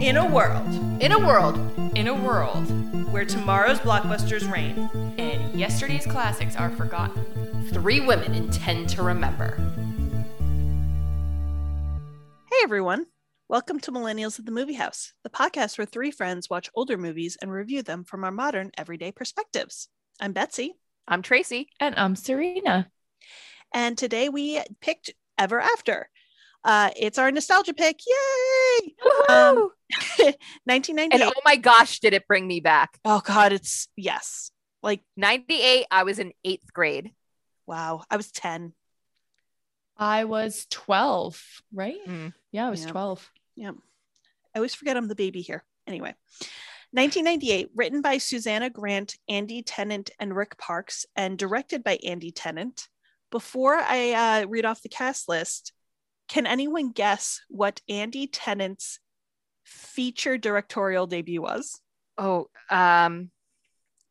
In a world In a world In a world where tomorrow's blockbusters reign, and yesterday's classics are forgotten. Three women intend to remember. Hey everyone! Welcome to Millennials at the Movie House, the podcast where three friends watch older movies and review them from our modern, everyday perspectives. I'm Betsy, I'm Tracy. And I'm Serena. and today we picked Ever After. Uh, it's our nostalgia pick. Yay! Um, Woohoo! 1998. and oh my gosh, did it bring me back? oh God, it's yes. Like, 98, I was in eighth grade. wow. I was 10. I was 12, right? Mm. Yeah, I was Yeah. 12. I always forget I'm the baby here. Anyway, 1998, written by Susanna Grant, Andy Tennant, and Rick Parks, and directed by Andy Tennant. Before I uh, read off the cast list, can anyone guess what Andy Tennant's feature directorial debut was? Oh, um,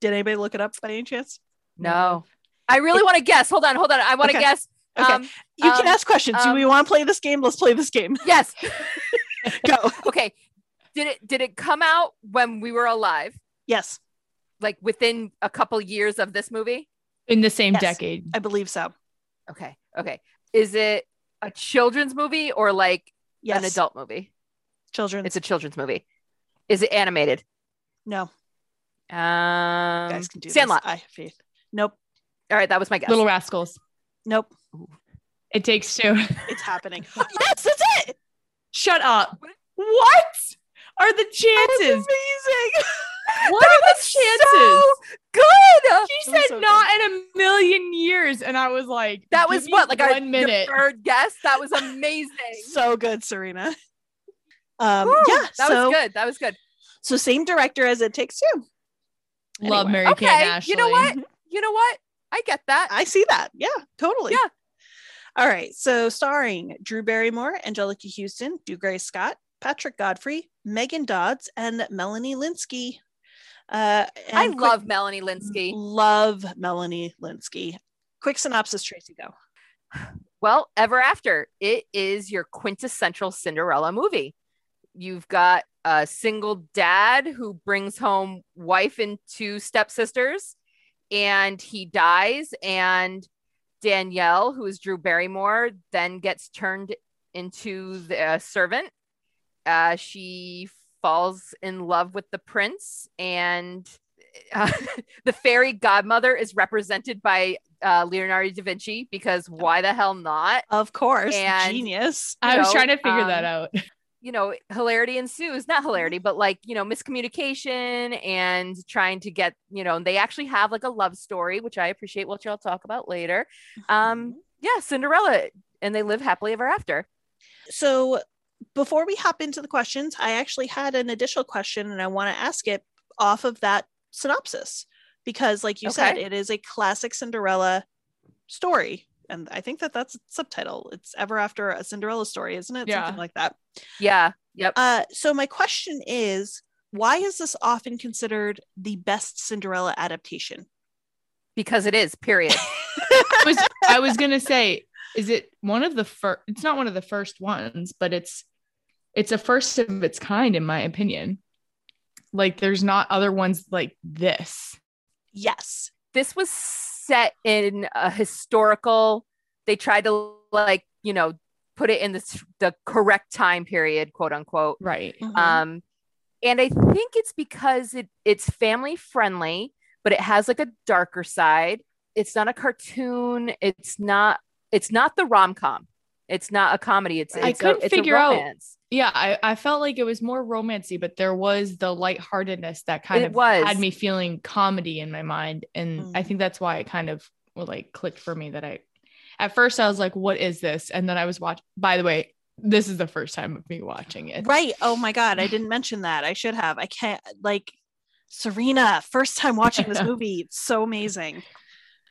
Did anybody look it up by any chance? no. I really want to guess. Hold on, hold on. I want to Okay. guess. Okay. Um, You can Um, ask questions. Do um, we want to play this game? Let's play this game. yes. Go. Okay. Did it did it come out when we were alive? yes, Like within a couple years of this movie? In the same Yes. decade. I believe so. Okay. Okay. Is it a children's movie or like Yes, an adult movie? children. It's a children's movie. Is it animated? no, Um, you guys can do Sandlot. this. I have faith. Nope. All right, that was my guess. Little Rascals. Nope. It takes two. It's happening. yes, that's it. Shut up. What are the chances? amazing. What are the chances? Oh, good. She was said so not in a million years. And I was like, That give was me what like our one minute. Your third guess. That was amazing. so good, Serena. Um, Woo, yeah, that so was good. That was good. so same director as It Takes Two. Love Anyway. Mary Kate and Okay. Ashley. You know what? You know what? I get that. I see that. Yeah, totally. Yeah. All right. So starring Drew Barrymore, Angelica Houston, DuGray Scott, Patrick Godfrey, Megan Dodds, and Melanie Linsky. Uh, I and quick- love Melanie Linsky. Love Melanie Linsky. Quick synopsis, Tracy. Go. Well, Ever After, it is your quintessential Cinderella movie. You've got a single dad who brings home wife and two stepsisters, and he dies. And Danielle, who is Drew Barrymore, then gets turned into the uh, servant. Uh, she falls in love with the prince, and uh, the fairy godmother is represented by uh, Leonardo da Vinci because why the hell not? Of course, And- genius. I was No, trying to figure that um, out. you know, hilarity ensues, not hilarity, but like, you know, miscommunication and trying to get, you know, and they actually have like a love story, which I appreciate, which I'll talk about later. Mm-hmm. Um, yeah, Cinderella, and they live happily ever after. So before we hop into the questions, I actually had an additional question and I want to ask it off of that synopsis because like you said Okay. it is a classic Cinderella story and I think that that's its subtitle. It's ever after a Cinderella story, isn't it? Yeah. Something like that. Yeah. Yep. Uh so my question is why is this often considered the best Cinderella adaptation? Because it is, period. I was I was gonna say, is it one of the first? It's not one of the first ones, but it's it's a first of its kind, in my opinion. Like, there's not other ones like this. Yes. this was set in a historical, they tried to like, you know, put it in the, the correct time period, quote unquote. Right. Um, and I think it's because it it's family friendly, but it has like a darker side. It's not a cartoon. It's not it's not the rom com. It's not a comedy. It's, I it's couldn't a, it's a figure out romance. Yeah, I, I felt like it was more romancy, but there was the lightheartedness that kind It of was. had me feeling comedy in my mind. And Mm. I think that's why it kind of well, like clicked for me that I at first I was like, what is this? And then I was watching by the way, this is the first time of me watching it. Right. Oh my God. I didn't mention that. I should have. I can't, like, Serena, first time watching this movie. It's so amazing.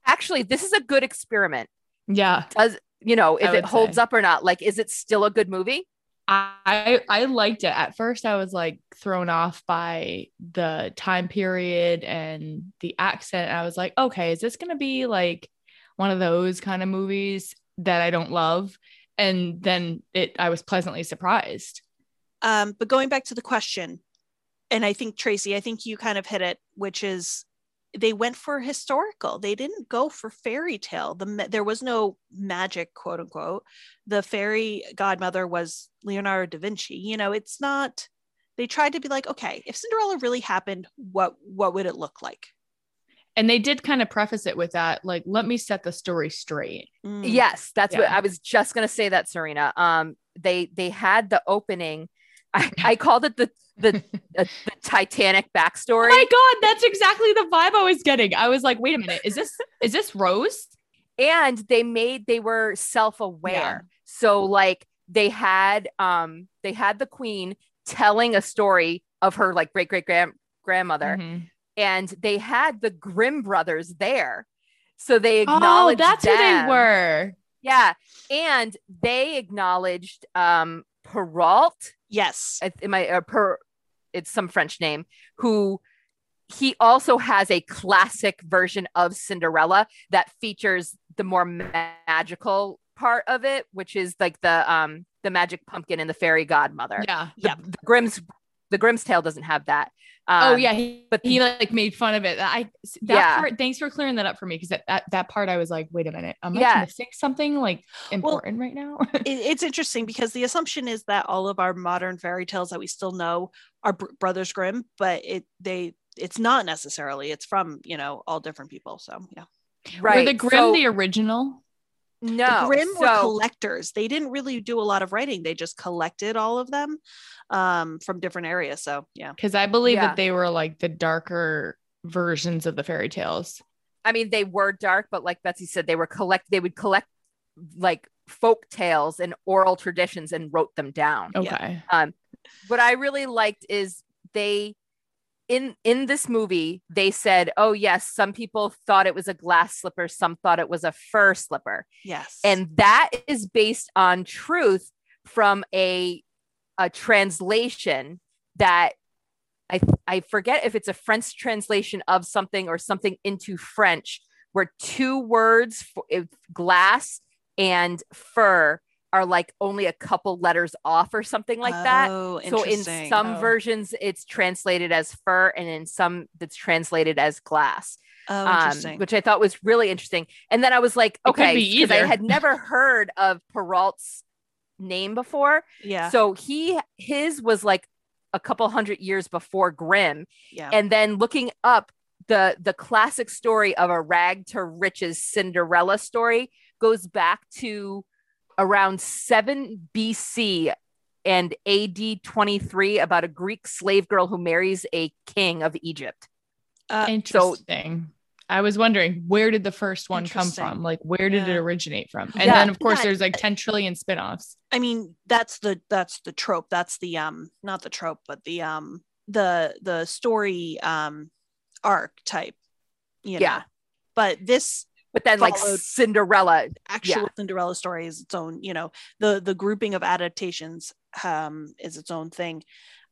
Actually, this is a good experiment. Yeah. Does you know I if it would holds say. up or not? Like, is it still a good movie? I I liked it. At first I was like thrown off by the time period and the accent. I was like, okay, is this going to be like one of those kind of movies that I don't love? And then it I was pleasantly surprised. Um, but going back to the question, and I think Tracy, I think you kind of hit it, which is they went for historical. They didn't go for fairy tale. The ma- there was no magic, quote unquote. The fairy godmother was Leonardo da Vinci. You know, it's not. They tried to be like, okay, if Cinderella really happened, what what would it look like? And they did kind of preface it with that, like, let me set the story straight. Mm. Yes, that's what Mm-hmm. Yeah. I was just gonna say that, Serena. Um they they had the opening. I, I called it the the, uh, the Titanic Oh backstory. my god, that's exactly the vibe I was getting. I was like, wait a minute, is this is this Rose? and they made they were self-aware Yeah. so like they had um they had the queen telling a story of her like great great grand grandmother Mhm. and they had the grimm brothers there so they Oh, acknowledged that's who they them. were. yeah and they acknowledged um perrault Yes. I- am i uh, per it's some french name who he also has a classic version of cinderella that features the more ma- magical part of it which is like the um the magic pumpkin and the fairy godmother Yeah. the, Yep. the grimm's the grimm's tale doesn't have that Oh Um, yeah, he, but but he like made fun of it. I that Yeah. part. Thanks for clearing that up for me because that, that that part I was like, wait a minute, am Yeah. I missing something like important right now? it, it's interesting because the assumption is that all of our modern fairy tales that we still know are Br- Brothers Grimm, but it they it's not necessarily. It's from you know all different people. So yeah, right Were the Grimm so- the original? no the Grimm were so- collectors. They didn't really do a lot of writing. They just collected all of them um, from different areas. So yeah, Because I believe Yeah. that they were like the darker versions of the fairy tales. I mean, they were dark, but like Betsy said, they were collect. They would collect like folk tales and oral traditions and wrote them down. Okay. Yeah. Um, what I really liked is they in in this movie they said, "Oh yes, some people thought it was a glass slipper, some thought it was a fur slipper," yes, and that is based on truth from a a translation that. I, I forget if it's a French translation of something or something into French, where two words, for, if glass and fur, are like only a couple letters off or something like that. Oh, So in interesting. some Oh. versions, it's translated as fur, and in some, it's translated as glass, oh, um, interesting. which I thought was really interesting. And then I was like, could okay, be because I either. had never heard of Perrault's name before. yeah, So he his was like a couple hundred years before Grimm, yeah. and then looking up the the classic story of a rag to riches Cinderella story goes back to around 7 BC and AD 23 about a Greek slave girl who marries a king of Egypt. Uh, Interesting. I was wondering where did the first one come Interesting. from? Like where did it Yeah. originate from? And Yeah. then of course Yeah. there's like 10 trillion spin-offs. I mean, that's the that's the trope. That's the um not the trope, but the um the the story um archetype. You know? Yeah. But this But then like Followed- Cinderella, actual Cinderella story is its own, you know, the the grouping of adaptations um is its own thing.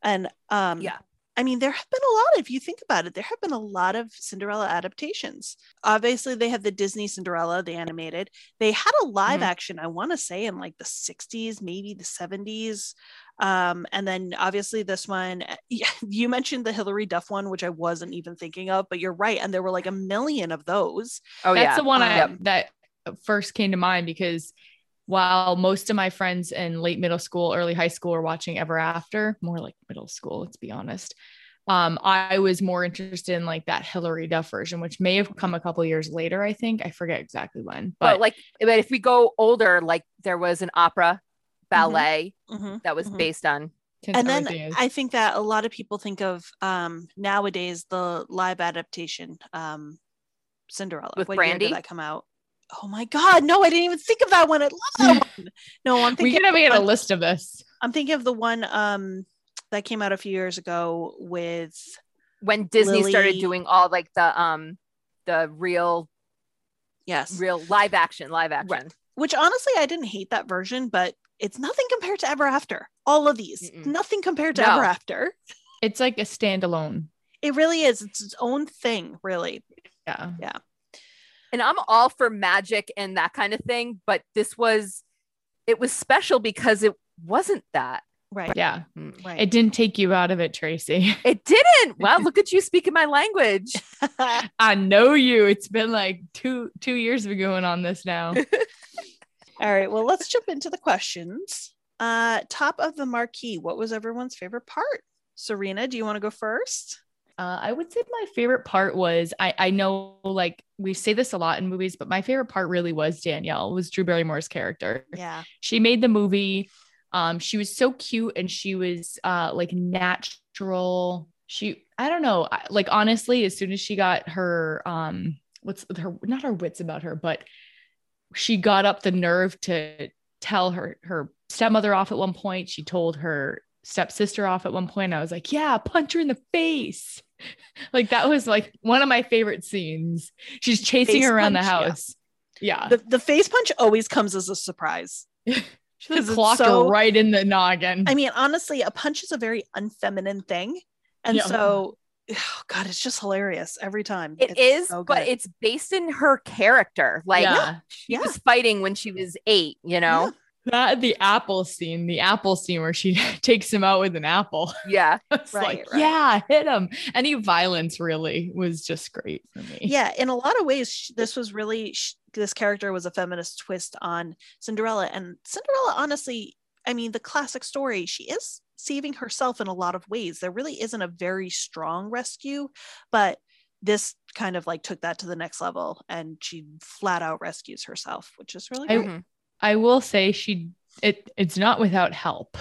And um Yeah. I mean, there have been a lot, if you think about it, there have been a lot of Cinderella adaptations. Obviously, they have the Disney Cinderella, the animated. They had a live Mhm. action, I want to say, in like the 60s, maybe the 70s. Um, and then obviously, this one, eh, you mentioned the Hillary Duff one, which I wasn't even thinking of, but you're right. And there were like a million of those. oh That's yeah. the one I Um, that first came to mind because while most of my friends in late middle school, early high school were watching Ever After, more like middle school, let's be honest. Um, I was more interested in like that Hillary Duff version, which may have come a couple years later, I think. I forget exactly when, but, but like but if we go older like there was an opera Mm-hmm. ballet Mhm. that was Mhm. based on since and then everything is- I think that a lot of people think of um, nowadays the live adaptation um, Cinderella. With what year did Brandy? that come out? Oh my God! No, I didn't even think of that one. I love that one. No, I'm we thinking. could have made a one- list of this. I'm thinking of the one um, that came out a few years ago with. when Disney started Lily. doing all like the um the real Yes. real live action live action. Which honestly, I didn't hate that version, but it's nothing compared to Ever After. All of these, Mm-mm. nothing compared to No. Ever After. It's like a standalone. It really is. It's its own thing, really. Yeah. and I'm all for magic and that kind of thing, but this was it was special because it wasn't that. Right. Yeah. Right. It didn't take you out of it, Tracy. It didn't. Well, look at you speaking my language. I know you. It's been like two two years of going on this now. All right. Well, let's jump into the questions. Uh, top of the marquee. What was everyone's favorite part? Serena, do you want to go first? Uh, I would say my favorite part was I I know like we say this a lot in movies, but my favorite part really was Danielle was Drew Barrymore's character. Yeah. She made the movie. Um, she was so cute and she was uh like natural. She I don't know I- like honestly, as soon as she got her um what's her not her wits about her, but she got up the nerve to tell her her stepmother off at one point. She told her stepsister off at one point. I was like, yeah, punch her in the face. like that was like one of my favorite scenes. She's chasing Face her around the punch, yeah. house. Yeah. The, the face punch always comes as a surprise. Uh, She like 'Cause it's clocked so- her right in the noggin. I mean, honestly, a punch is a very unfeminine thing. And Yeah. so, oh, God, it's just hilarious every time. It It's is, so but good. it's based in her character. Like yeah. she Yeah. was fighting when she was eight, you know? That the apple scene, the apple scene where she takes him out with an apple. Yeah. It's Right, like, right. yeah, hit him. Any violence really was just great for me. yeah in a lot of ways sh- this was really sh- this character was a feminist twist on cinderella and cinderella honestly i mean the classic story she is saving herself in a lot of ways there really isn't a very strong rescue but this kind of like took that to the next level and she flat out rescues herself which is really I- great. Mhm. I will say she it it's not without help.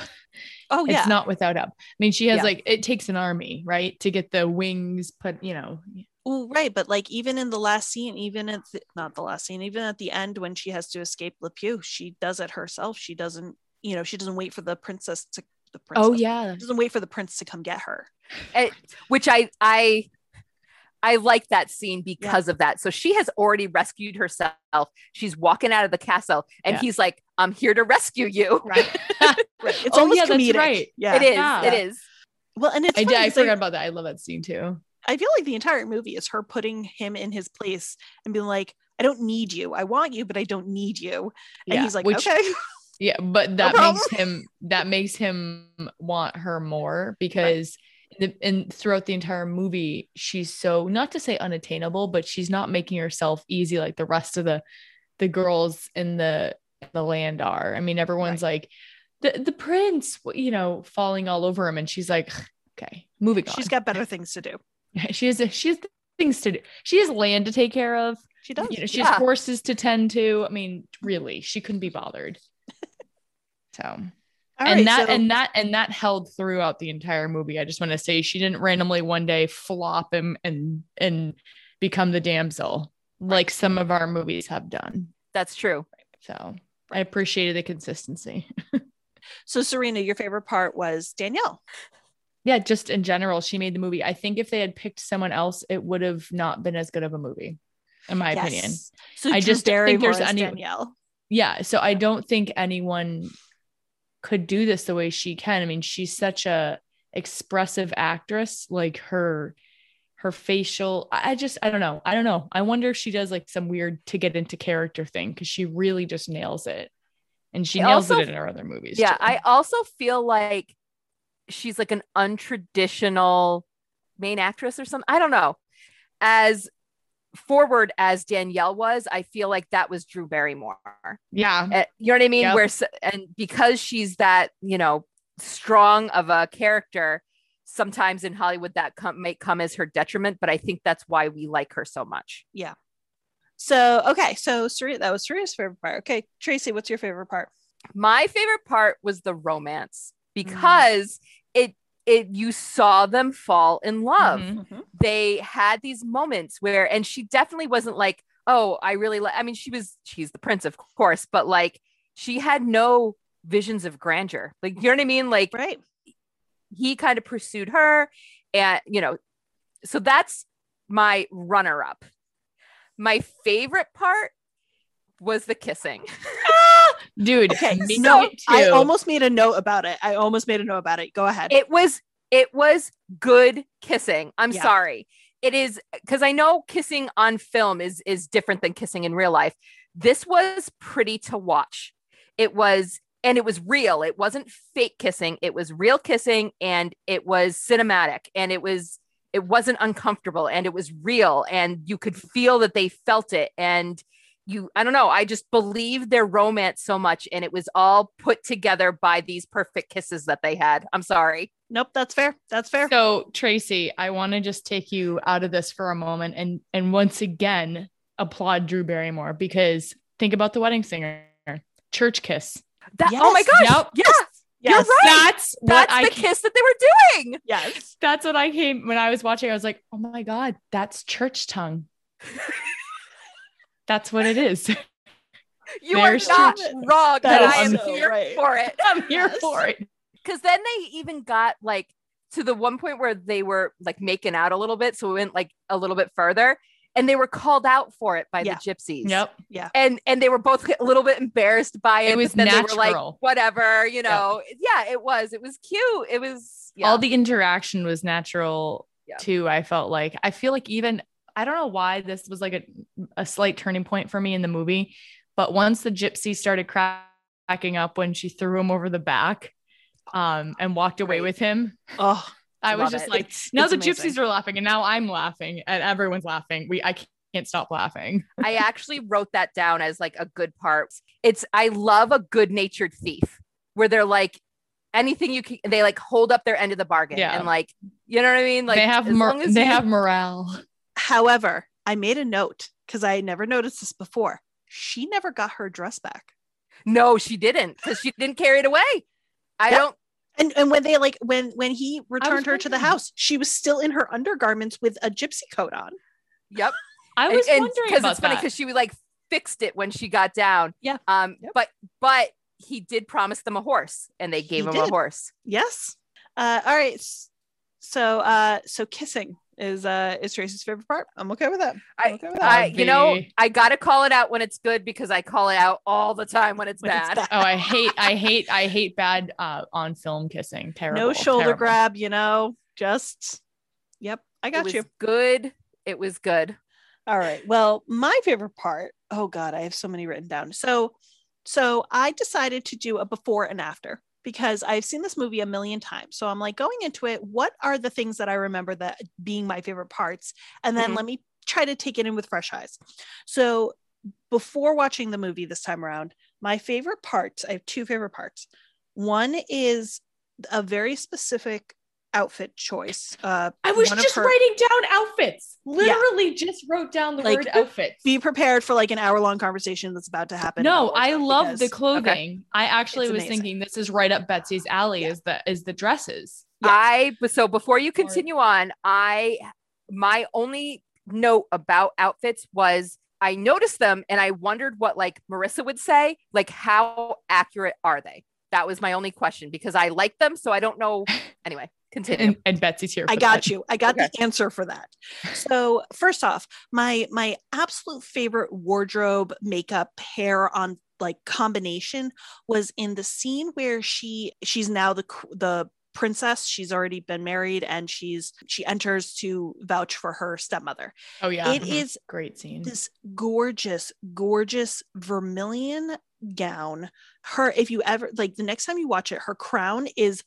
oh yeah It's not without help. I mean, she has Yeah. like it takes an army, right? To get the wings put, you know. Well, right, but like even in the last scene, even at the, not the last scene, even at the end when she has to escape Lepew, she does it herself. She doesn't, you know, she doesn't wait for the princess to the princess. Oh yeah. She doesn't wait for the prince to come get her. Which I I I like that scene because of that. So she has already rescued herself. She's walking out of the castle and Yeah. he's like, I'm here to rescue you. Right. Right. It's Oh, almost yeah, that's comedic. right. Yeah. It is. Yeah. It is. Well, and it's I, funny, did, I it's like- forgot about that. I love that scene too. I feel like the entire movie is her putting him in his place and being like, I don't need you. I want you, but I don't need you. And he's like, which- okay. Yeah, but that problem. makes him that makes him want her more because the, and throughout the entire movie, she's so not to say unattainable, but she's not making herself easy like the rest of the the girls in the the land are. I mean, everyone's like the the prince, you know, falling all over him, and she's like, okay, moving on. She's got better things to do. she has a, she has things to do. She has land to take care of. She does. You know, she Yeah. has horses to tend to. I mean, really, she couldn't be bothered. So All and right, that so- and that and that held throughout the entire movie. I just want to say she didn't randomly one day flop him and and become the damsel like some of our movies have done. That's true. So I appreciated the consistency. so Serena, your favorite part was Danielle. Yeah, just in general, she made the movie. I think if they had picked someone else, it would have not been as good of a movie, in my Yes. opinion. So I Drew just don't think there's Barrymore's any- Danielle. yeah so i don't think anyone could do this the way she can i mean she's such a expressive actress like her her facial i I just i don't know i don't know i wonder if she does like some weird to get into character thing because she really just nails it and she I nails also- it in her other movies Yeah, too. I also feel like she's like an untraditional main actress or something. I don't know. As forward as Danielle was, I feel like that was Drew Barrymore. yeah Uh, You know what I mean? Yep. Where s- and because she's that, you know, strong of a character, sometimes in Hollywood that come, may come as her detriment, but I think that's why we like her so much. So okay, so Serena, that was Serena's favorite part. Okay, Tracy, what's your favorite part? my favorite part was the romance because it it you saw them fall in Mm-hmm. love Mhm. they had these moments where and she definitely wasn't like oh i really like i mean she was she's the prince of course but like she had no visions of grandeur like you know what i mean like Right. he kind of pursued her and you know so that's my runner up my favorite part was the kissing dude Okay, me so too. I almost made a note about it. I almost made a note about it. Go ahead. it was it was good kissing i'm Yeah. sorry it is because i know kissing on film is is different than kissing in real life this was pretty to watch it was and it was real. It wasn't fake kissing. It was real kissing and it was cinematic and it was it wasn't uncomfortable and it was real and you could feel that they felt it and you I don't know, I just believed their romance so much and it was all put together by these perfect kisses that they had. I'm sorry. Nope, that's fair. That's fair. So Tracy, I want to just take you out of this for a moment and and once again applaud Drew Barrymore because think about the wedding singer, church kiss. That, Oh my Yes. gosh. Yep. Yeah, yes. you're right. That's what that's I the ca- kiss that they were doing. Yes. that's what I came when I was watching. I was like, oh my god, that's church tongue. that's what it is. You There's are not church- wrong, but That is Um, I am so here right. for it. I'm here Yes. for it. because then they even got like to the one point where they were like making out a little bit so we went like a little bit further and they were called out for it by Yeah. the gypsies Yep. and and they were both a little bit embarrassed by it It was but then they were like natural. whatever you know yeah, it was it was cute it was yeah. all the interaction was natural Yeah. too i felt like i feel like even i don't know why this was like a, a slight turning point for me in the movie but once the gypsy started crack- cracking up when she threw him over the back um and walked away Right. with him Oh, i Love was just it. like it's- now it's the amazing. gypsies are laughing and now i'm laughing and everyone's laughing we i can't stop laughing i actually wrote that down as like a good part it's i love a good natured thief where they're like anything you can they like hold up their end of the bargain Yeah. and like you know what i mean like they have as mor- long as they you- have morale However, I made a note because I had never noticed this before. She never got her dress back. No, she didn't because she didn't carry it away. I Yep. don't. And and when they like when when he returned her to the wondering. house, she was still in her undergarments with a gypsy coat on. Yep. i was wondering because about it's funny that. because she was like fixed it when she got down. Yeah. Um. Yep. But but he did promise them a horse, and they gave He him a did. horse. Yes. Uh, all right. S- So uh, so kissing is uh, is Tracy's favorite part. I'm okay with that. I- I'm okay with that. I, you know, Lovey. I gotta call it out when it's good because I call it out all the time when it's When it's bad. bad. oh i hate i hate i hate bad uh on film kissing terrible no shoulder terrible. grab. You know, just yep. I it got was you. Good. It was good. All right. Well, my favorite part. Oh God, I have so many written down. So, so I decided to do a before and after because I've seen this movie a million times. So I'm like going into it. What are the things that I remember that being my favorite parts? And then Mm-hmm. Mhm. let me try to take it in with fresh eyes. So before watching the movie this time around, my favorite parts. I have two favorite parts. One is a very specific outfit choice. Uh, I was one of just her- writing down outfits. Literally just wrote down the Like, word outfits. be prepared for like an hour long conversation that's about to happen. No, about I wardrobe love the because- clothing. I actually It's was amazing. thinking this is right up Betsy's alley Yeah. is the is the dresses. Yes. I but so before you Sorry. continue on, I my only note about outfits was I noticed them and I wondered what like Marissa would say, like how accurate are they? That was my only question because I like them, so I don't know. Anyway, continue. And, and Betsy's here. I for got that. you. I got the answer for that. So first off, my my absolute favorite wardrobe, makeup, hair on like combination was in the scene where she she's now the qu- the princess. She's already been married and she's she enters to vouch for her stepmother. Oh yeah. It Mhm. is great scene. this gorgeous gorgeous vermilion gown her if you ever like the next time you watch it her crown is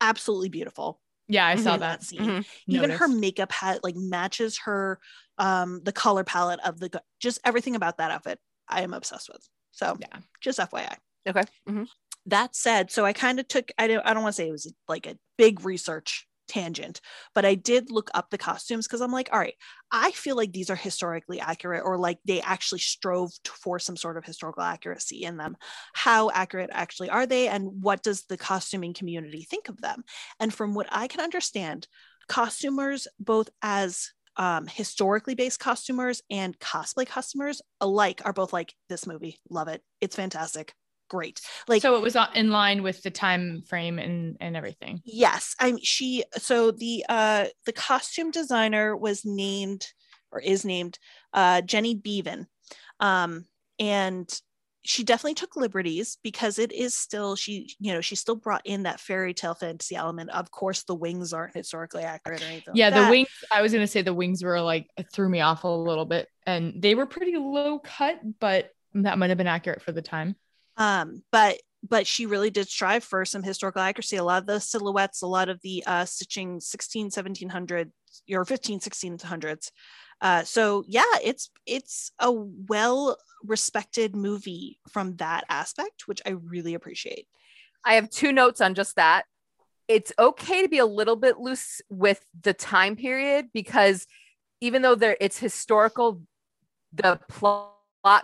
absolutely beautiful yeah, I saw in that. scene Mhm. even her Mm-hmm, Noticed. makeup hat like matches her um the color palette of the go- just everything about that outfit i am obsessed with so Yeah. just fyi Okay. Mhm. that said so i kind of took i don't i don't want to say it was like a big research tangent but i did look up the costumes because i'm like all right i feel like these are historically accurate or like they actually strove t- for some sort of historical accuracy in them how accurate actually are they and what does the costuming community think of them and from what i can understand costumers both as um, historically based costumers and cosplay customers alike are both like this movie love it it's fantastic great like so it was on- in line with the time frame and and everything. Yes, I'm she so the uh the costume designer was named or is named uh Jenny Beaven. Um and she definitely took liberties because it is still she you know she still brought in that fairy tale fantasy element. Of course the wings aren't historically accurate or anything. like Yeah, the that. wings. I was gonna say the wings were like it threw me off a little bit, and they were pretty low cut, but that might have been accurate for the time. Um, but but she really did strive for some historical accuracy. A lot of the silhouettes, a lot of the uh, stitching 16, 1700 or 15, 1600s. Uh, so yeah, it's it's a well respected movie from that aspect, which I really appreciate. I have two notes on just that. It's okay to be a little bit loose with the time period because even though there it's historical, the plot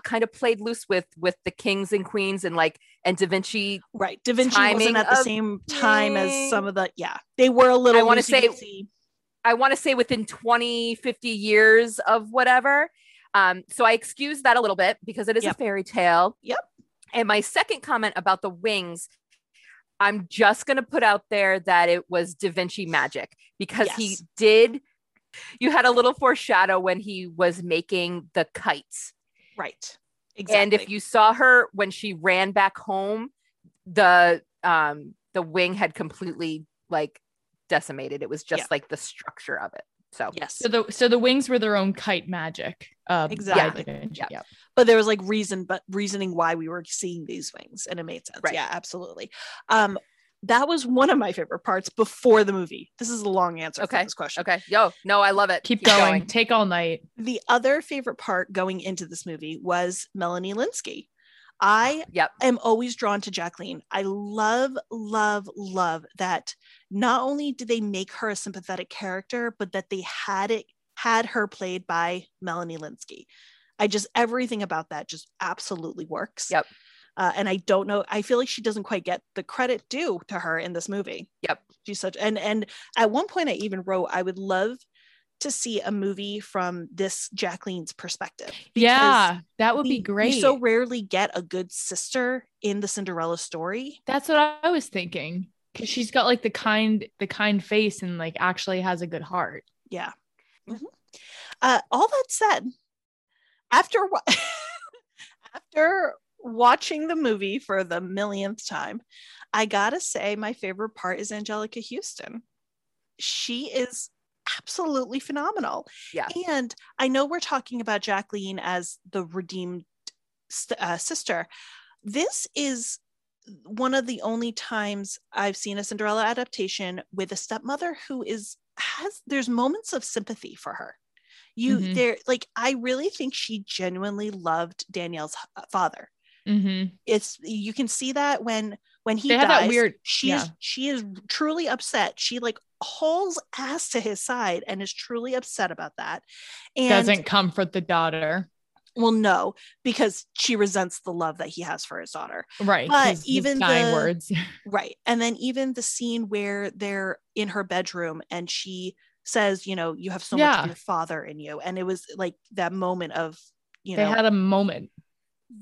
kind of played loose with with the kings and queens and like and Da Vinci. Right, Da Vinci Timing wasn't at the of same time as things. some of the yeah. They were a little. I wanna say- loosey-goosey. I want to say within 20, 50 years of whatever. Um, so I excuse that a little bit because it is Yep. a fairy tale. Yep. And my second comment about the wings, I'm just going to put out there that it was Da Vinci magic because he Yes. did. You had a little foreshadow when he was making the kites. right. Exactly. And if you saw her when she ran back home, the um the wing had completely like decimated. It was just Yeah. like the structure of it. So yes, So the so the wings were their own kite magic. Um, by Exactly. Da Vinci. Yeah. Yep. but there was like reason but reasoning why we were seeing these wings and it made sense Right. yeah absolutely um that was one of my favorite parts before the movie this is a long answer for Okay. this question okay, yo, no, I love it. Keep, going. Take all night. the other favorite part going into this movie was melanie linsky i Yep. am always drawn to jacqueline i love love love that not only did they make her a sympathetic character but that they had it had her played by melanie linsky i just everything about that just absolutely works Yep. uh, and i don't know i feel like she doesn't quite get the credit due to her in this movie Yep. she's such and and at one point i even wrote i would love to see a movie from this Jacqueline's perspective. because yeah, that would we- be great. We so rarely get a good sister in the Cinderella story. That's what I was thinking. Cause she's got like the kind, the kind face and like actually has a good heart. Yeah. Mm-hmm. Mhm. Uh, all that said, after wa- after watching the movie for the millionth time, I gotta say my favorite part is Angelica Houston. She is absolutely phenomenal. Yeah. And I know we're talking about Jacqueline as the redeemed s- uh, sister. This is one of the only times I've seen a Cinderella adaptation with a stepmother who is has there's moments of sympathy for her. You Mhm. there like I really think she genuinely loved Danielle's h- father. Mm-hmm. It's you can see that when when he They have dies, that weird- she yeah. is she is truly upset. She like hauls ass to his side and is truly upset about that. And Doesn't comfort the daughter. well no, because she resents the love that he has for his daughter. Right. But he's- he's even dying the- words. Right. And then even the scene where they're in her bedroom and she says, you know, you have so much Yeah. of your father in you. And it was like that moment of, you they know, had a moment.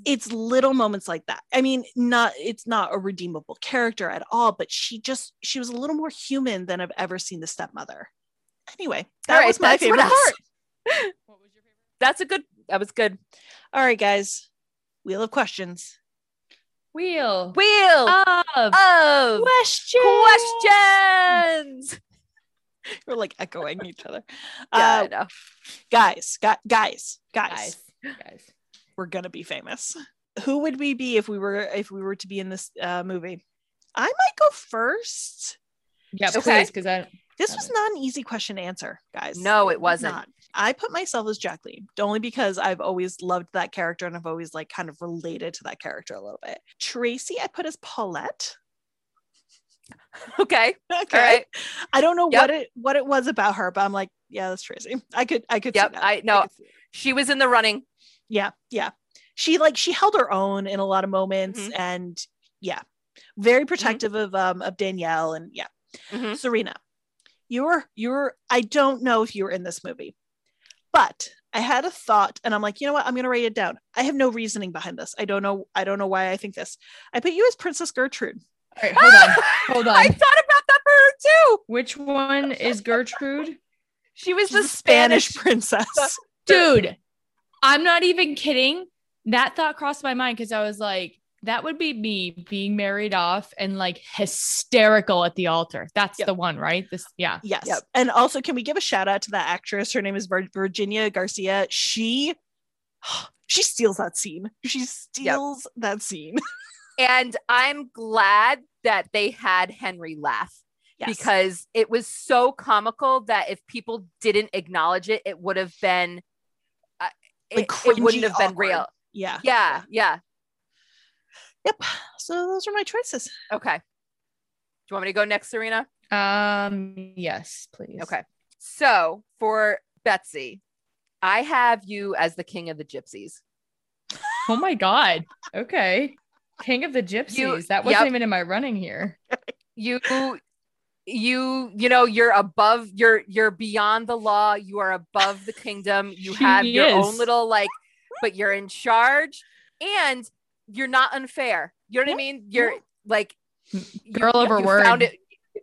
it's little moments like that. I mean, not it's not a redeemable character at all, but she just she was a little more human than I've ever seen the stepmother. Anyway, that All right, was my that's what favorite I- part. That's a good. That was good. All right, guys. Wheel of questions. Wheel Wheel Um, of of question. questions. We're like echoing each other. Yeah, Uh, I know. guys, gu- guys, guys, Guys, guys. we're gonna be famous. Who would we be if we were if we were to be in this uh, movie? I might go first. Yeah, Okay. please, because I This Got was it. not an easy question to answer, guys. No, it was wasn't. not. I put myself as Jacqueline only because I've always loved that character and I've always like kind of related to that character a little bit. Tracy, I put as Paulette. Okay, Okay. all right. I don't know Yep. what it what it was about her, but I'm like, yeah, that's Tracy. I could I could Yep, see that. I- no. could see it. She was in the running. Yeah, yeah. She like she held her own in a lot of moments Mhm. and yeah. Mm-hmm. Very protective of um of Danielle and yeah. Mhm. Serena, you were you were I don't know if you were in this movie, but I had a thought and I'm like, you know what? I'm gonna write it down. I have no reasoning behind this. I don't know, I don't know why I think this. I put you as Princess Gertrude. all right, hold Ah! on. Hold I on. thought about that for her too. Which one is Gertrude? She was She's a the Spanish. princess. Dude, I'm not even kidding. That thought crossed my mind because I was like, that would be me being married off and like hysterical at the altar. That's Yep. the one, right? This, yeah. Yes. Yep. And also, can we give a shout out to that actress? Her name is Vir- Virginia Garcia. She she steals that scene. She steals that scene. And I'm glad that they had Henry laugh Yes. because it was so comical that if people didn't acknowledge it, it would have been, uh, Like it, it wouldn't cringy, have been awkward. real. yeah. Yeah, yeah. Yep. So those are my choices. Okay. Do you want me to go next, Serena? Um, yes, please. Okay. So for Betsy, I have you as the king of the gypsies. Oh my god. Okay. King of the Gypsies. that wasn't yep. even in my running here. you you you know you're above you're you're beyond the law you are above the kingdom you She have your own is. little like but you're in charge and you're not unfair you know what i mean you're like you- Girl of her you word. found it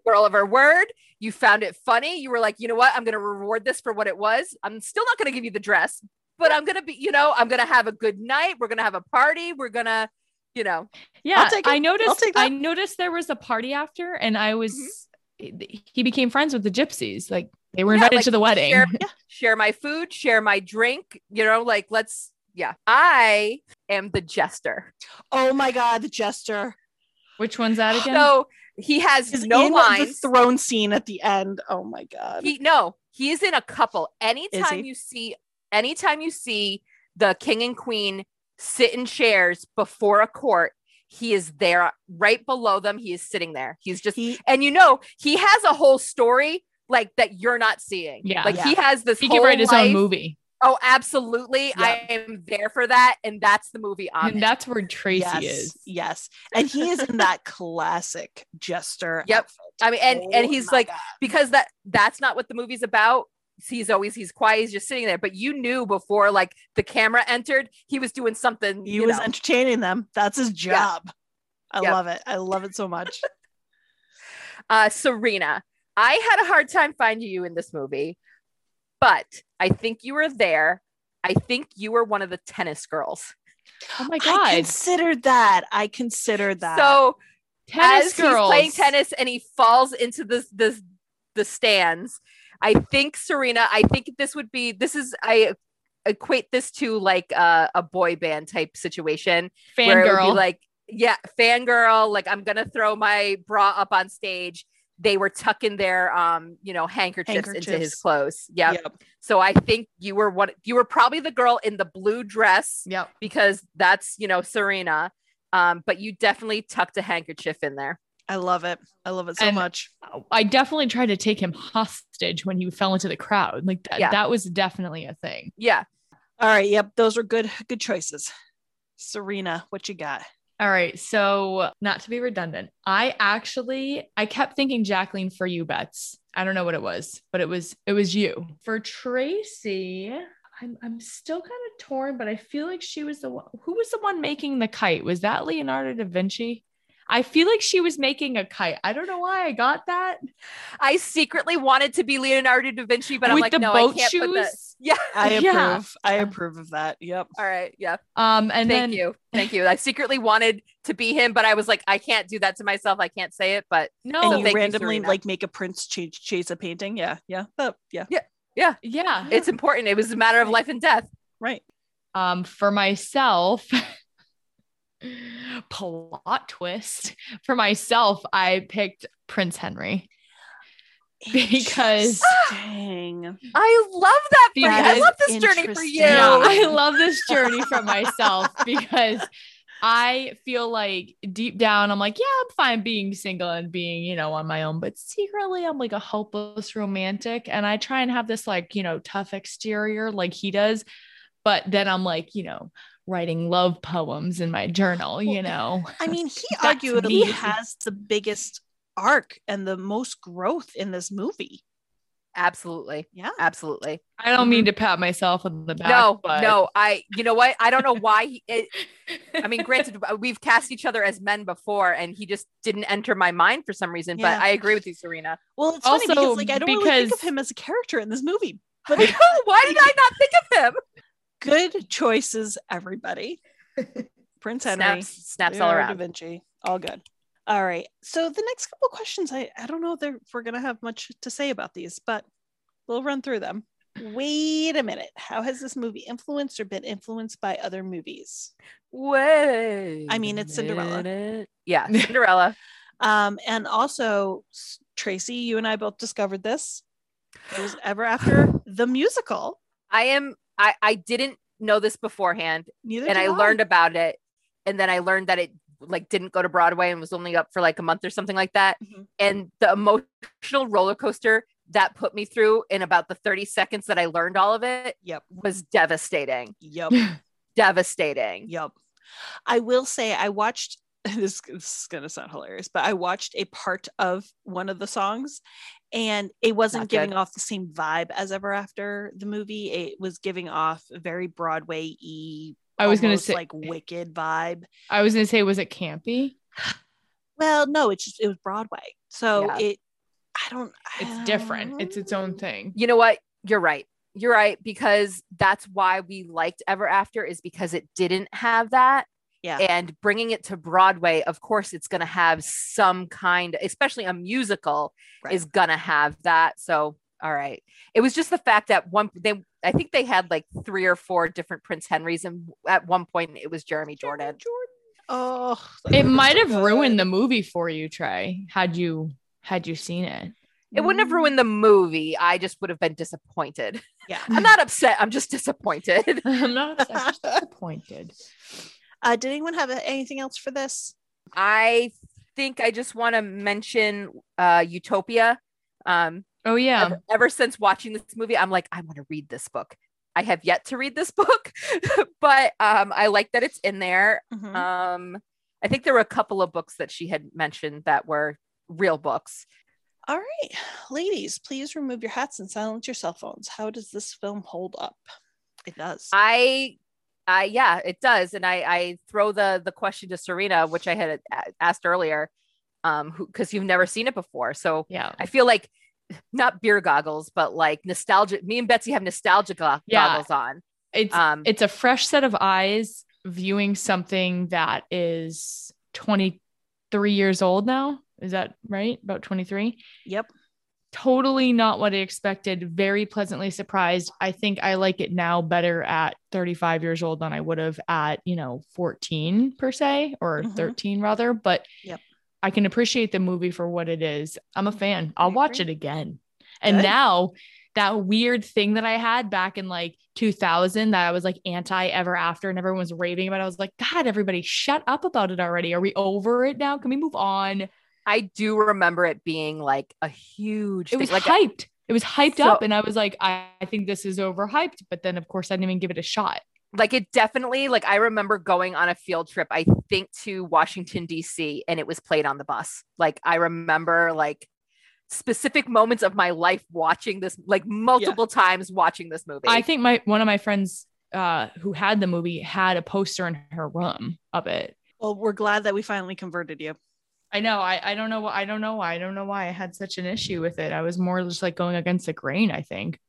girl of her word you found it funny you were like you know what i'm gonna reward this for what it was i'm still not gonna give you the dress but i'm gonna be you know i'm gonna have a good night we're gonna have a party we're gonna you know Yeah, take I it. noticed. take that. I noticed there was a party after, and I was. He became friends with the gypsies. Like they were Yeah, invited like, to the wedding. Share, share my food, share my drink. You know, like let's, yeah. I am the jester. Oh my God, the jester Which one's that again? So he has is no in the lines. throne scene at the end. Oh my God. He no, he is in a couple. Anytime he? you see, anytime you see the king and queen sit in chairs before a court, he is there right below them. He is sitting there. He's just He- and you know, he has a whole story like that you're not seeing. Yeah. Like he has this he whole could write his life. own movie, Oh, absolutely. I am there for that. And that's the movie on and it. that's where Tracy yes, is. yes, and he is in that classic jester. Yep. outfit. I mean, and, and Oh he's my like, God. because that that's not what the movie's about. He's always he's quiet, he's just sitting there. But you knew before like the camera entered, he was doing something. he you was know. entertaining them. That's his Yeah. job. I Yep. love it. I love it so much. uh Serena. I had a hard time finding you in this movie, but I think you were there. I think you were one of the tennis girls. Oh my I god, considered that. I considered that. So tennis as girls he's playing tennis and he falls into this this the stands. I think Serena, I think this would be this is I equate this to like uh, a boy band type situation where it would fangirl. be like yeah, fangirl, like I'm gonna throw my bra up on stage. They were tucking their um, you know, handkerchiefs, into his Handkerchiefs. clothes. Yeah. So I think you were one you were probably the girl in the blue dress yep. because that's, you know, Serena. Um, but you definitely tucked a handkerchief in there. I love it. I love it so And- much. I definitely tried to take him hostage when he fell into the crowd. Like that, Yeah. that was definitely a thing. Yeah. All right. Yep. Those are good, good choices. Serena, what you got? All right. So, not to be redundant, I actually I kept thinking Jacqueline for you bets. I don't know what it was, but it was it was you. For Tracy, I'm I'm still kind of torn, but I feel like she was the one who was the one making the kite? Was that Leonardo da Vinci? I feel like she was making a kite. I don't know why I got that. I secretly wanted to be Leonardo da Vinci, but I'm With like, the no, I boat can't put that. shoes. Yeah. I approve. Yeah. I approve of that. Yep. All right. Yeah. Um Thank and then you. Thank you. I secretly wanted to be him, but I was like, I can't do that to myself. I can't say it, but no Oh, and you thank you, randomly Serena. like make a prince change chase a painting. Yeah. Yeah. Oh, yeah. yeah. it's important. It was a matter of life and death. Right. um, for myself, plot twist for myself, I picked Prince Henry. Because- dang. I love that for you. That I is love this journey for interesting. you. Yeah, Ew. I love this journey for myself because I feel like deep down, I'm like, yeah, I'm fine being single and being, you know, on my own, but secretly, I'm like a hopeless romantic. And I try and have this, like, you know, tough exterior like he does. But then I'm like, you know, writing love poems in my journal, you Well, know. I mean, he That's me. arguably has the biggest arc and the most growth in this movie. Absolutely. Yeah. Absolutely. I don't mean to pat myself on the back. mm-hmm. no, but no. I, you know what? I don't know why. He, it, I mean, granted, uh, we've cast each other as men before, and he just didn't enter my mind for some reason, Yeah. but I agree with you, Serena. Well, it's funny Also, because like I don't really think of because- him as a character in this movie. But I know. Why did I not think of him? good choices, everybody. Prince Henry, Snaps, snaps all Leonardo around. Da Vinci, all good. All right. So the next couple questions, I I don't know if they're- if we're gonna have much to say about these, but we'll run through them. wait a minute. How has this movie influenced or been influenced by other movies? Wait. I mean, it's a Cinderella. minute. Yeah, Cinderella. Um, and also, s- Tracy, you and I both discovered this. It was Ever After the musical. I am. I I didn't know this beforehand, Neither and did I learned about it, and then I learned that it like didn't go to Broadway and was only up for like a month or something like that. Mhm. And the emotional roller coaster that put me through in about the 30 seconds that I learned all of it Yep. was devastating. Yep. Devastating. Yep. I will say I watched this, this is gonna sound hilarious, but I watched a part of one of the songs and it wasn't Not giving good. off the same vibe as Ever After the movie. It was giving off a very Broadway y I was gonna say like wicked vibe. I was gonna say, was it campy? Well, no, it's just it was Broadway. So Yeah. it I don't It's different. It's its Um, own thing. You know what? You're right. You're right because that's why we liked Ever After is because it didn't have that. Yeah. And bringing it to Broadway, of course, it's going to have some kind, especially a musical Right. is going to have that. So, all right. It was just the fact that one they I think they had like three or four different Prince Henrys and at one point it was Jeremy Jordan. Oh It might have ruined the movie for you, Trey, had you had you seen it. It wouldn't have ruined the movie. I just would have been disappointed. Yeah. I'm not upset. I'm just disappointed. I'm not upset, I'm just disappointed. Uh, did anyone have anything else for this? I think I just want to mention uh, Utopia. Um, Oh yeah. ever, ever since watching this movie, I'm like, I want to read this book. I have yet to read this book, but um, I like that it's in there. Mhm. Um, I think there were a couple of books that she had mentioned that were real books. All right, ladies, please remove your hats and silence your cell phones. How does this film hold up? It does. I, I yeah, it does. And I, I throw the the question to Serena, which I had a- asked earlier, um, because you've never seen it before, so Yeah. I feel like not beer goggles, but like nostalgia. Me and Betsy have nostalgia go- Yeah. goggles on. It's Um, it's a fresh set of eyes viewing something that is 23 years old now. Is that right? About 23? yep. totally not what I expected. Very pleasantly surprised. I think I like it now better at 35 years old than I would have at, you know, 14 per se or Mhm. 13 rather. But Yep. Mm-hmm. I can appreciate the movie for what it is. I'm a fan. I'll I watch it agree. again. And Good. now that weird thing that I had back in like 2000 that I was like anti ever after and everyone was raving about, it, I was like, God, everybody shut up about it already. Are we over it now? Can we move on? I do remember it being like a huge. it was thing. like hyped. It was hyped So- up, and I was like, I, I think this is overhyped. But then, of course, I didn't even give it a shot. like it definitely like I remember going on a field trip. I think to Washington D.C. and it was played on the bus. Like I remember like specific moments of my life watching this like multiple times watching this movie. I think my one of my friends uh, who had the movie had a poster in her room of it. Well, we're glad that we finally converted you. I know. I, I don't know. wh- I don't know why. I don't know why I had such an issue with it. I was more just like going against the grain. I think.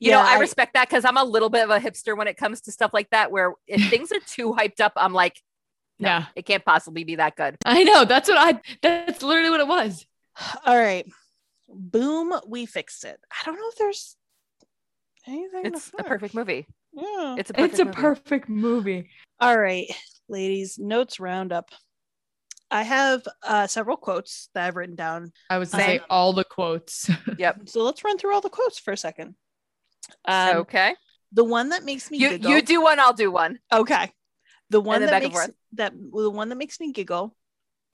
you know, Yeah, I, I- respect that because I'm a little bit of a hipster when it comes to stuff like that. Where if things are too hyped up, I'm like, no, Yeah. it can't possibly be that good. I know. That's what I. That's literally what it was. All right. Boom, we fixed it. I don't know if there's anything. to It's a fix. perfect movie. Yeah. Oh, It's a perfect It's a movie. perfect movie. All right, ladies, notes roundup. I have uh, several quotes that I've written down I would say Same. all the quotes. So let's run through all the quotes for a second. Um, okay. the one that makes me You giggle. you do one, I'll do one. Okay. The one then that back and makes forth. that the one that makes me giggle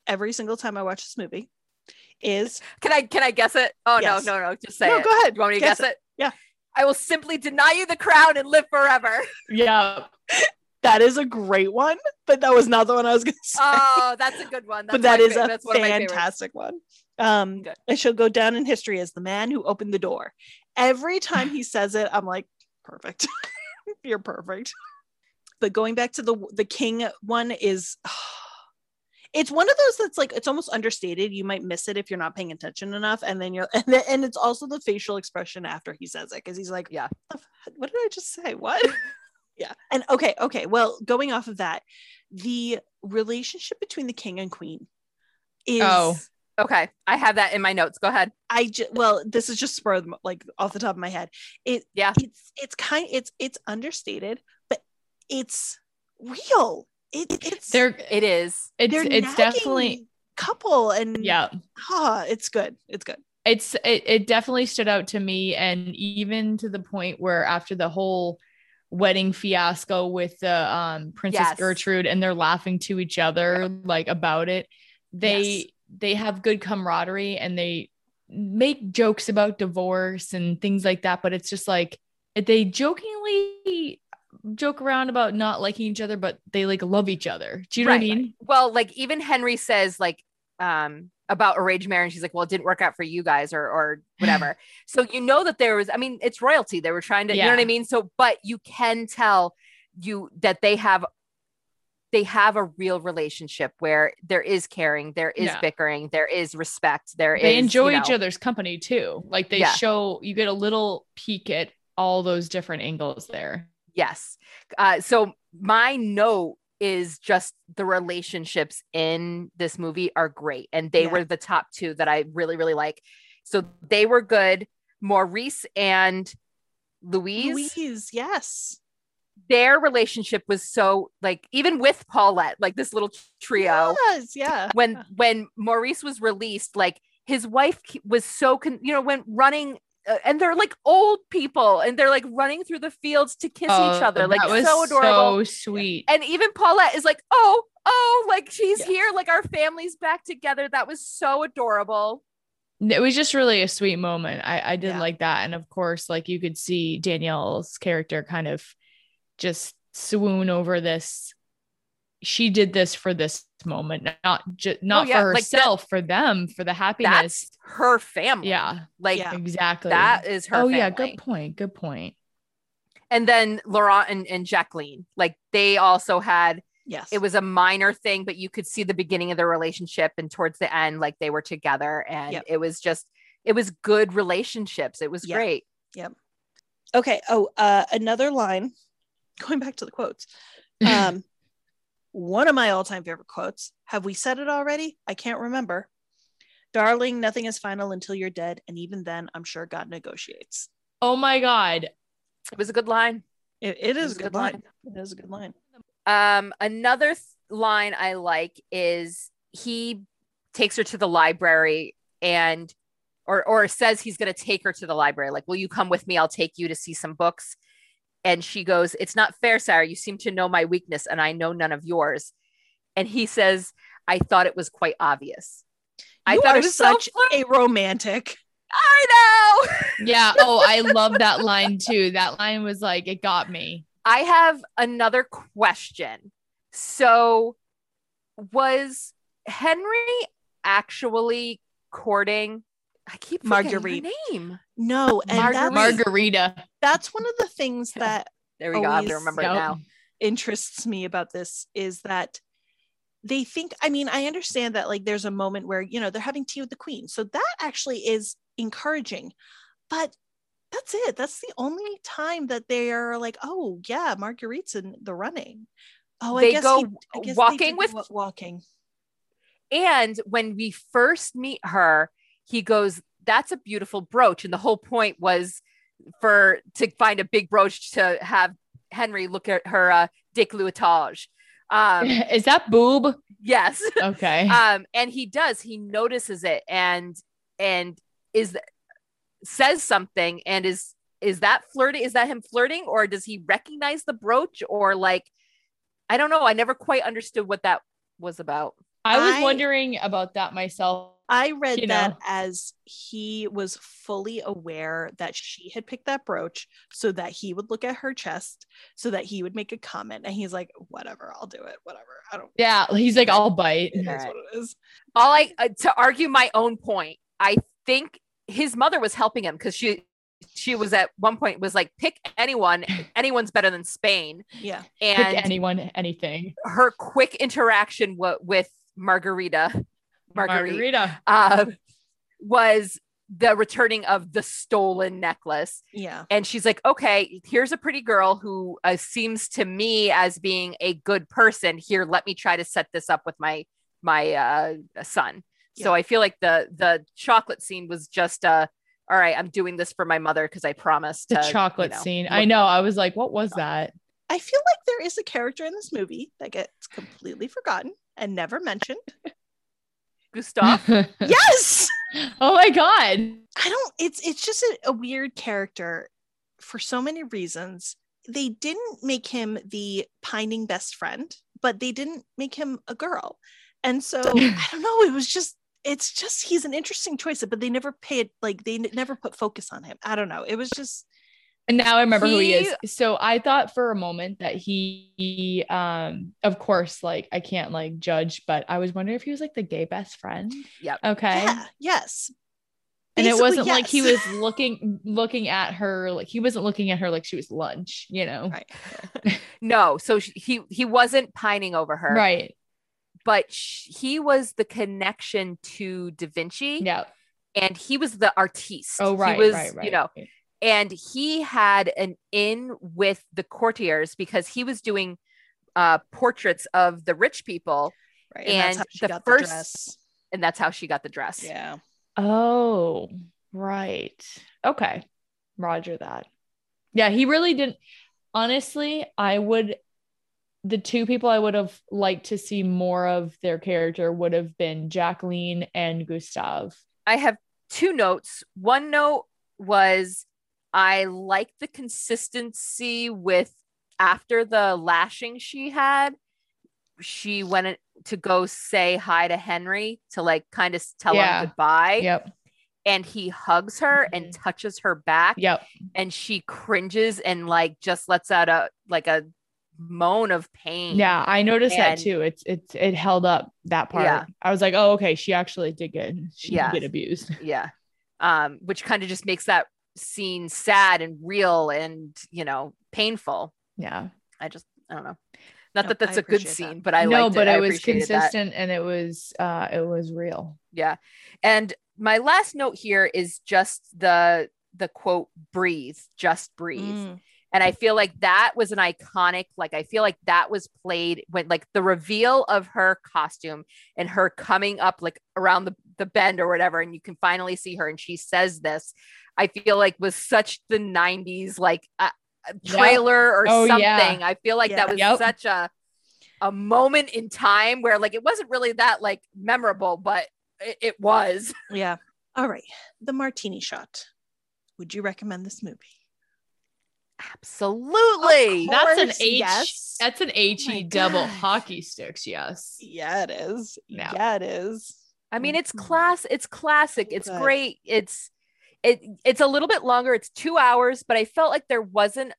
every single time I watch this movie is Can I can I guess it? Oh Yes. no, no, no. Just say no, it. go ahead. You want me to Guess guess, it. it? Yeah. I will simply deny you the crown and live forever. yeah. That is a great one, but that was not the one I was gonna say. Oh, that's a good one. That's but that my is fa- a that's one of my favorites. fantastic one. Um Okay. it shall go down in history as the man who opened the door. Every time he says it, I'm like, perfect. You're perfect. But going back to the the king one is oh, it's one of those that's like it's almost understated. You might miss it if you're not paying attention enough, and then you're and, then, and it's also the facial expression after he says it because he's like, Yeah. "The f- what did I just say? What?" yeah, and okay, okay. Well, going off of that, the relationship between the king and queen is Oh. Okay, I have that in my notes. Go ahead. I ju- well, this is just spur of the mo- like off the top of my head. It Yeah. it's it's kind it's it's understated, but it's real. It, it's They're It is. it's they're it's definitely nagging couple and yeah. ah, it's good. It's good. It's it, it definitely stood out to me and even to the point where after the whole wedding fiasco with the um Princess Yes. Gertrude and they're laughing to each other like about it. They Yes. they have good camaraderie and they make jokes about divorce and things like that, but it's just like they jokingly joke around about not liking each other, but they like love each other. Do you know Right. what I mean? Well, like even Henry says like um about arranged marriage, he's like, well, it didn't work out for you guys or or whatever. so you know that there was, I mean, it's royalty. They were trying to, you know what I Yeah. mean? So, but you can tell you that they have they have a real relationship where there is caring, there is Yeah. bickering, there is respect, there is they enjoy you each know- other's company too. Like they Yeah. show you get a little peek at all those different angles there. Yes. Uh, so my note is just the relationships in this movie are great, and they Yeah. were the top two that I really, really like. So they were good. Maurice and Louise, Louise, yes. their relationship was so like even with Paulette, like this little trio. Yes, yeah. When when Maurice was released, like his wife ke- was so con- you know when running. uh, and they're like old people, and they're like running through the fields to kiss each Oh, other, like that was so adorable. so sweet. And even Paulette is like, oh, oh, like she's Yeah. here, like our family's back together. That was so adorable. it was just really a sweet moment. I I did Yeah. like that, and of course, like you could see Danielle's character kind of just swoon over this. She did this for this moment, not just not Oh, yeah, for like that- herself, for them, for the happiness. That's her family. yeah, Like Yeah. exactly. that is her. oh yeah, family. good point. Good point. And then Laurent and, and Jacqueline, like they also had Yes. it was a minor thing, but you could see the beginning of their relationship and towards the end, like they were together. And Yep. it was just it was good relationships. It was Yeah. great. okay. Oh, uh, another line. Going back to the quotes. Um, one of my all-time favorite quotes. Have we said it already? I can't remember. Darling, nothing is final until you're dead, and even then, I'm sure God negotiates. oh my god, It was a good line. It, it It's is a good line. It is a good line. Um, another th- line I like is he takes her to the library and or or says he's going to take her to the library like will you come with me I'll take you to see some books and she goes it's not fair Sarah you seem to know my weakness and I know none of yours and he says I thought it was quite obvious I You thought are it was such such I a romantic. know yeah. Oh, I love that line too. That line was like it got me. I have another question. So, was Henry actually courting? I keep forgetting her Marguerite. name. No, and that's, Marguerite. Margarita. that's one of the things Yeah. that There we go. I have to Always- remember Nope. it now. interests me about this is that they think i mean i understand that like there's a moment where you know they're having tea with the queen so that actually is encouraging but that's it that's the only time that they are like oh yeah marguerite's in the running oh i They guess go he- I guess they walking did go with- wa- walking And when we first meet her, he goes, "That's a beautiful brooch." And the whole point was for to find a big brooch to have Henry look at her uh, Dick Louetage. Um, Is that boob? yes. Okay. um and he does he notices it and and is says something and is is that flirting is that him flirting or does he recognize the brooch or like i don't know i never quite understood what that was about I was I- wondering about that myself. i read You that know. as he was fully aware that she had picked that brooch so that he would look at her chest so that he would make a comment and he's like whatever i'll do it whatever i don't Yeah, he's like, I'll bite. It is Alright. what it is. all i uh, to argue my own point i think his mother was helping him because she she was at one point was like pick anyone anyone's better than spain Yeah. and Pick anyone, anything. her quick interaction w- with margarita margarita Margarita. uh, was the returning of the stolen necklace. Yeah. And she's like, okay, here's a pretty girl who uh, seems to me as being a good person. Here, let me try to set this up with my my uh, son. So I feel like the the chocolate scene was just uh all right, I'm doing this for my mother because I promised The to, you chocolate know, scene. look I know. I was like, what was that? I feel like there is a character in this movie that gets completely forgotten and never mentioned. Gustav. yes. Oh my god. I don't it's it's just a, a weird character for so many reasons. They didn't make him the pining best friend, but they didn't make him a girl. And so I don't know, it was just it's just he's an interesting choice, but they never paid like they n- never put focus on him. I don't know. It was just And now I remember who he He- is. So I thought for a moment that he, he, um, of course, like I can't like judge, but I was wondering if he was like the gay best friend. Yep. Okay. yeah, yes. and it Basically, wasn't like he yes. was looking looking at her like he wasn't looking at her like she was lunch, you know. Right. no, so she, he he wasn't pining over her, Right. But sh- he was the connection to Da Vinci, Yeah. and he was the artiste. Oh, right. he was, right. Right. You know, and he had an in with the courtiers because he was doing uh, portraits of the rich people, Right. And And, that's how she the got first- the dress. and that's how she got the dress. Yeah. Oh, right. Okay. Roger that. Yeah, he really didn't. Honestly, I would. The two people I would have liked to see more of their character would have been Jacqueline and Gustav. I have two notes. One note was I like the consistency with after the lashing she had, she went in- to go say hi to Henry to like kind of tell Yeah. Mm-hmm. him goodbye. Yep. And he hugs her and touches her back. Yep. and she cringes and like just lets out a like a moan of pain. Yeah, I noticed that Mm. And- too. It's it's it held up that part. Yeah. I was like, oh, okay, she actually did get she did Yeah. get abused. Yeah. Um, which kind of just makes that scene sad and real and you know painful. Yeah. I just I don't know. Not Nope, that that's I a good appreciate that. scene, but I no, liked but it. I was appreciated that. consistent and it was uh it was real. Yeah. And my last note here is just the the quote breathe, just breathe. Mm. And I feel like that was an iconic, like, I feel like that was played when, like, the reveal of her costume and her coming up, like, around the, the bend or whatever, and you can finally see her and she says this, I feel like was such the 90s, like, uh, trailer or Oh, something. yeah. I feel like Yeah. that was Yep. such a, a moment in time where, like, it wasn't really that, like, memorable, but it, it was. Yeah. All right. The martini shot. Would you recommend this movie? Absolutely. Of That's an course, H. yes. That's Oh an H my E double gosh. hockey sticks. Yes. Yeah, it is. No. Yeah, it is. I mean, it's Mhm. class. It's classic. It's Good. great. It's it. It's a little bit longer. It's two hours, but I felt like there wasn't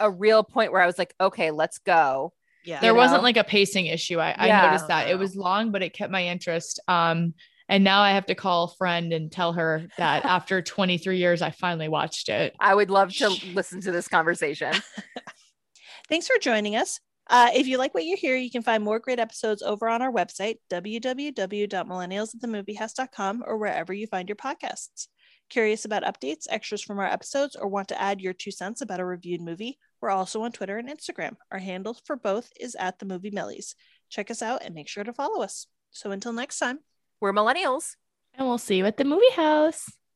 a real point where I was like, okay, let's go. Yeah. There You wasn't know? like a pacing issue. I, I Yeah. noticed that it was long, but it kept my interest. Um, and now I have to call a friend and tell her that after 23 years, I finally watched it. I would love to listen to this conversation. Thanks for joining us. Uh, if you like what you hear, you can find more great episodes over on our website, www.millennialsatthemoviehouse.com, or wherever you find your podcasts. Curious about updates, extras from our episodes, or want to add your two cents about a reviewed movie? We're also on Twitter and Instagram. Our handle for both is at the movie Millies. Check us out and make sure to follow us. So until next time. We're millennials. And we'll see you at the movie house.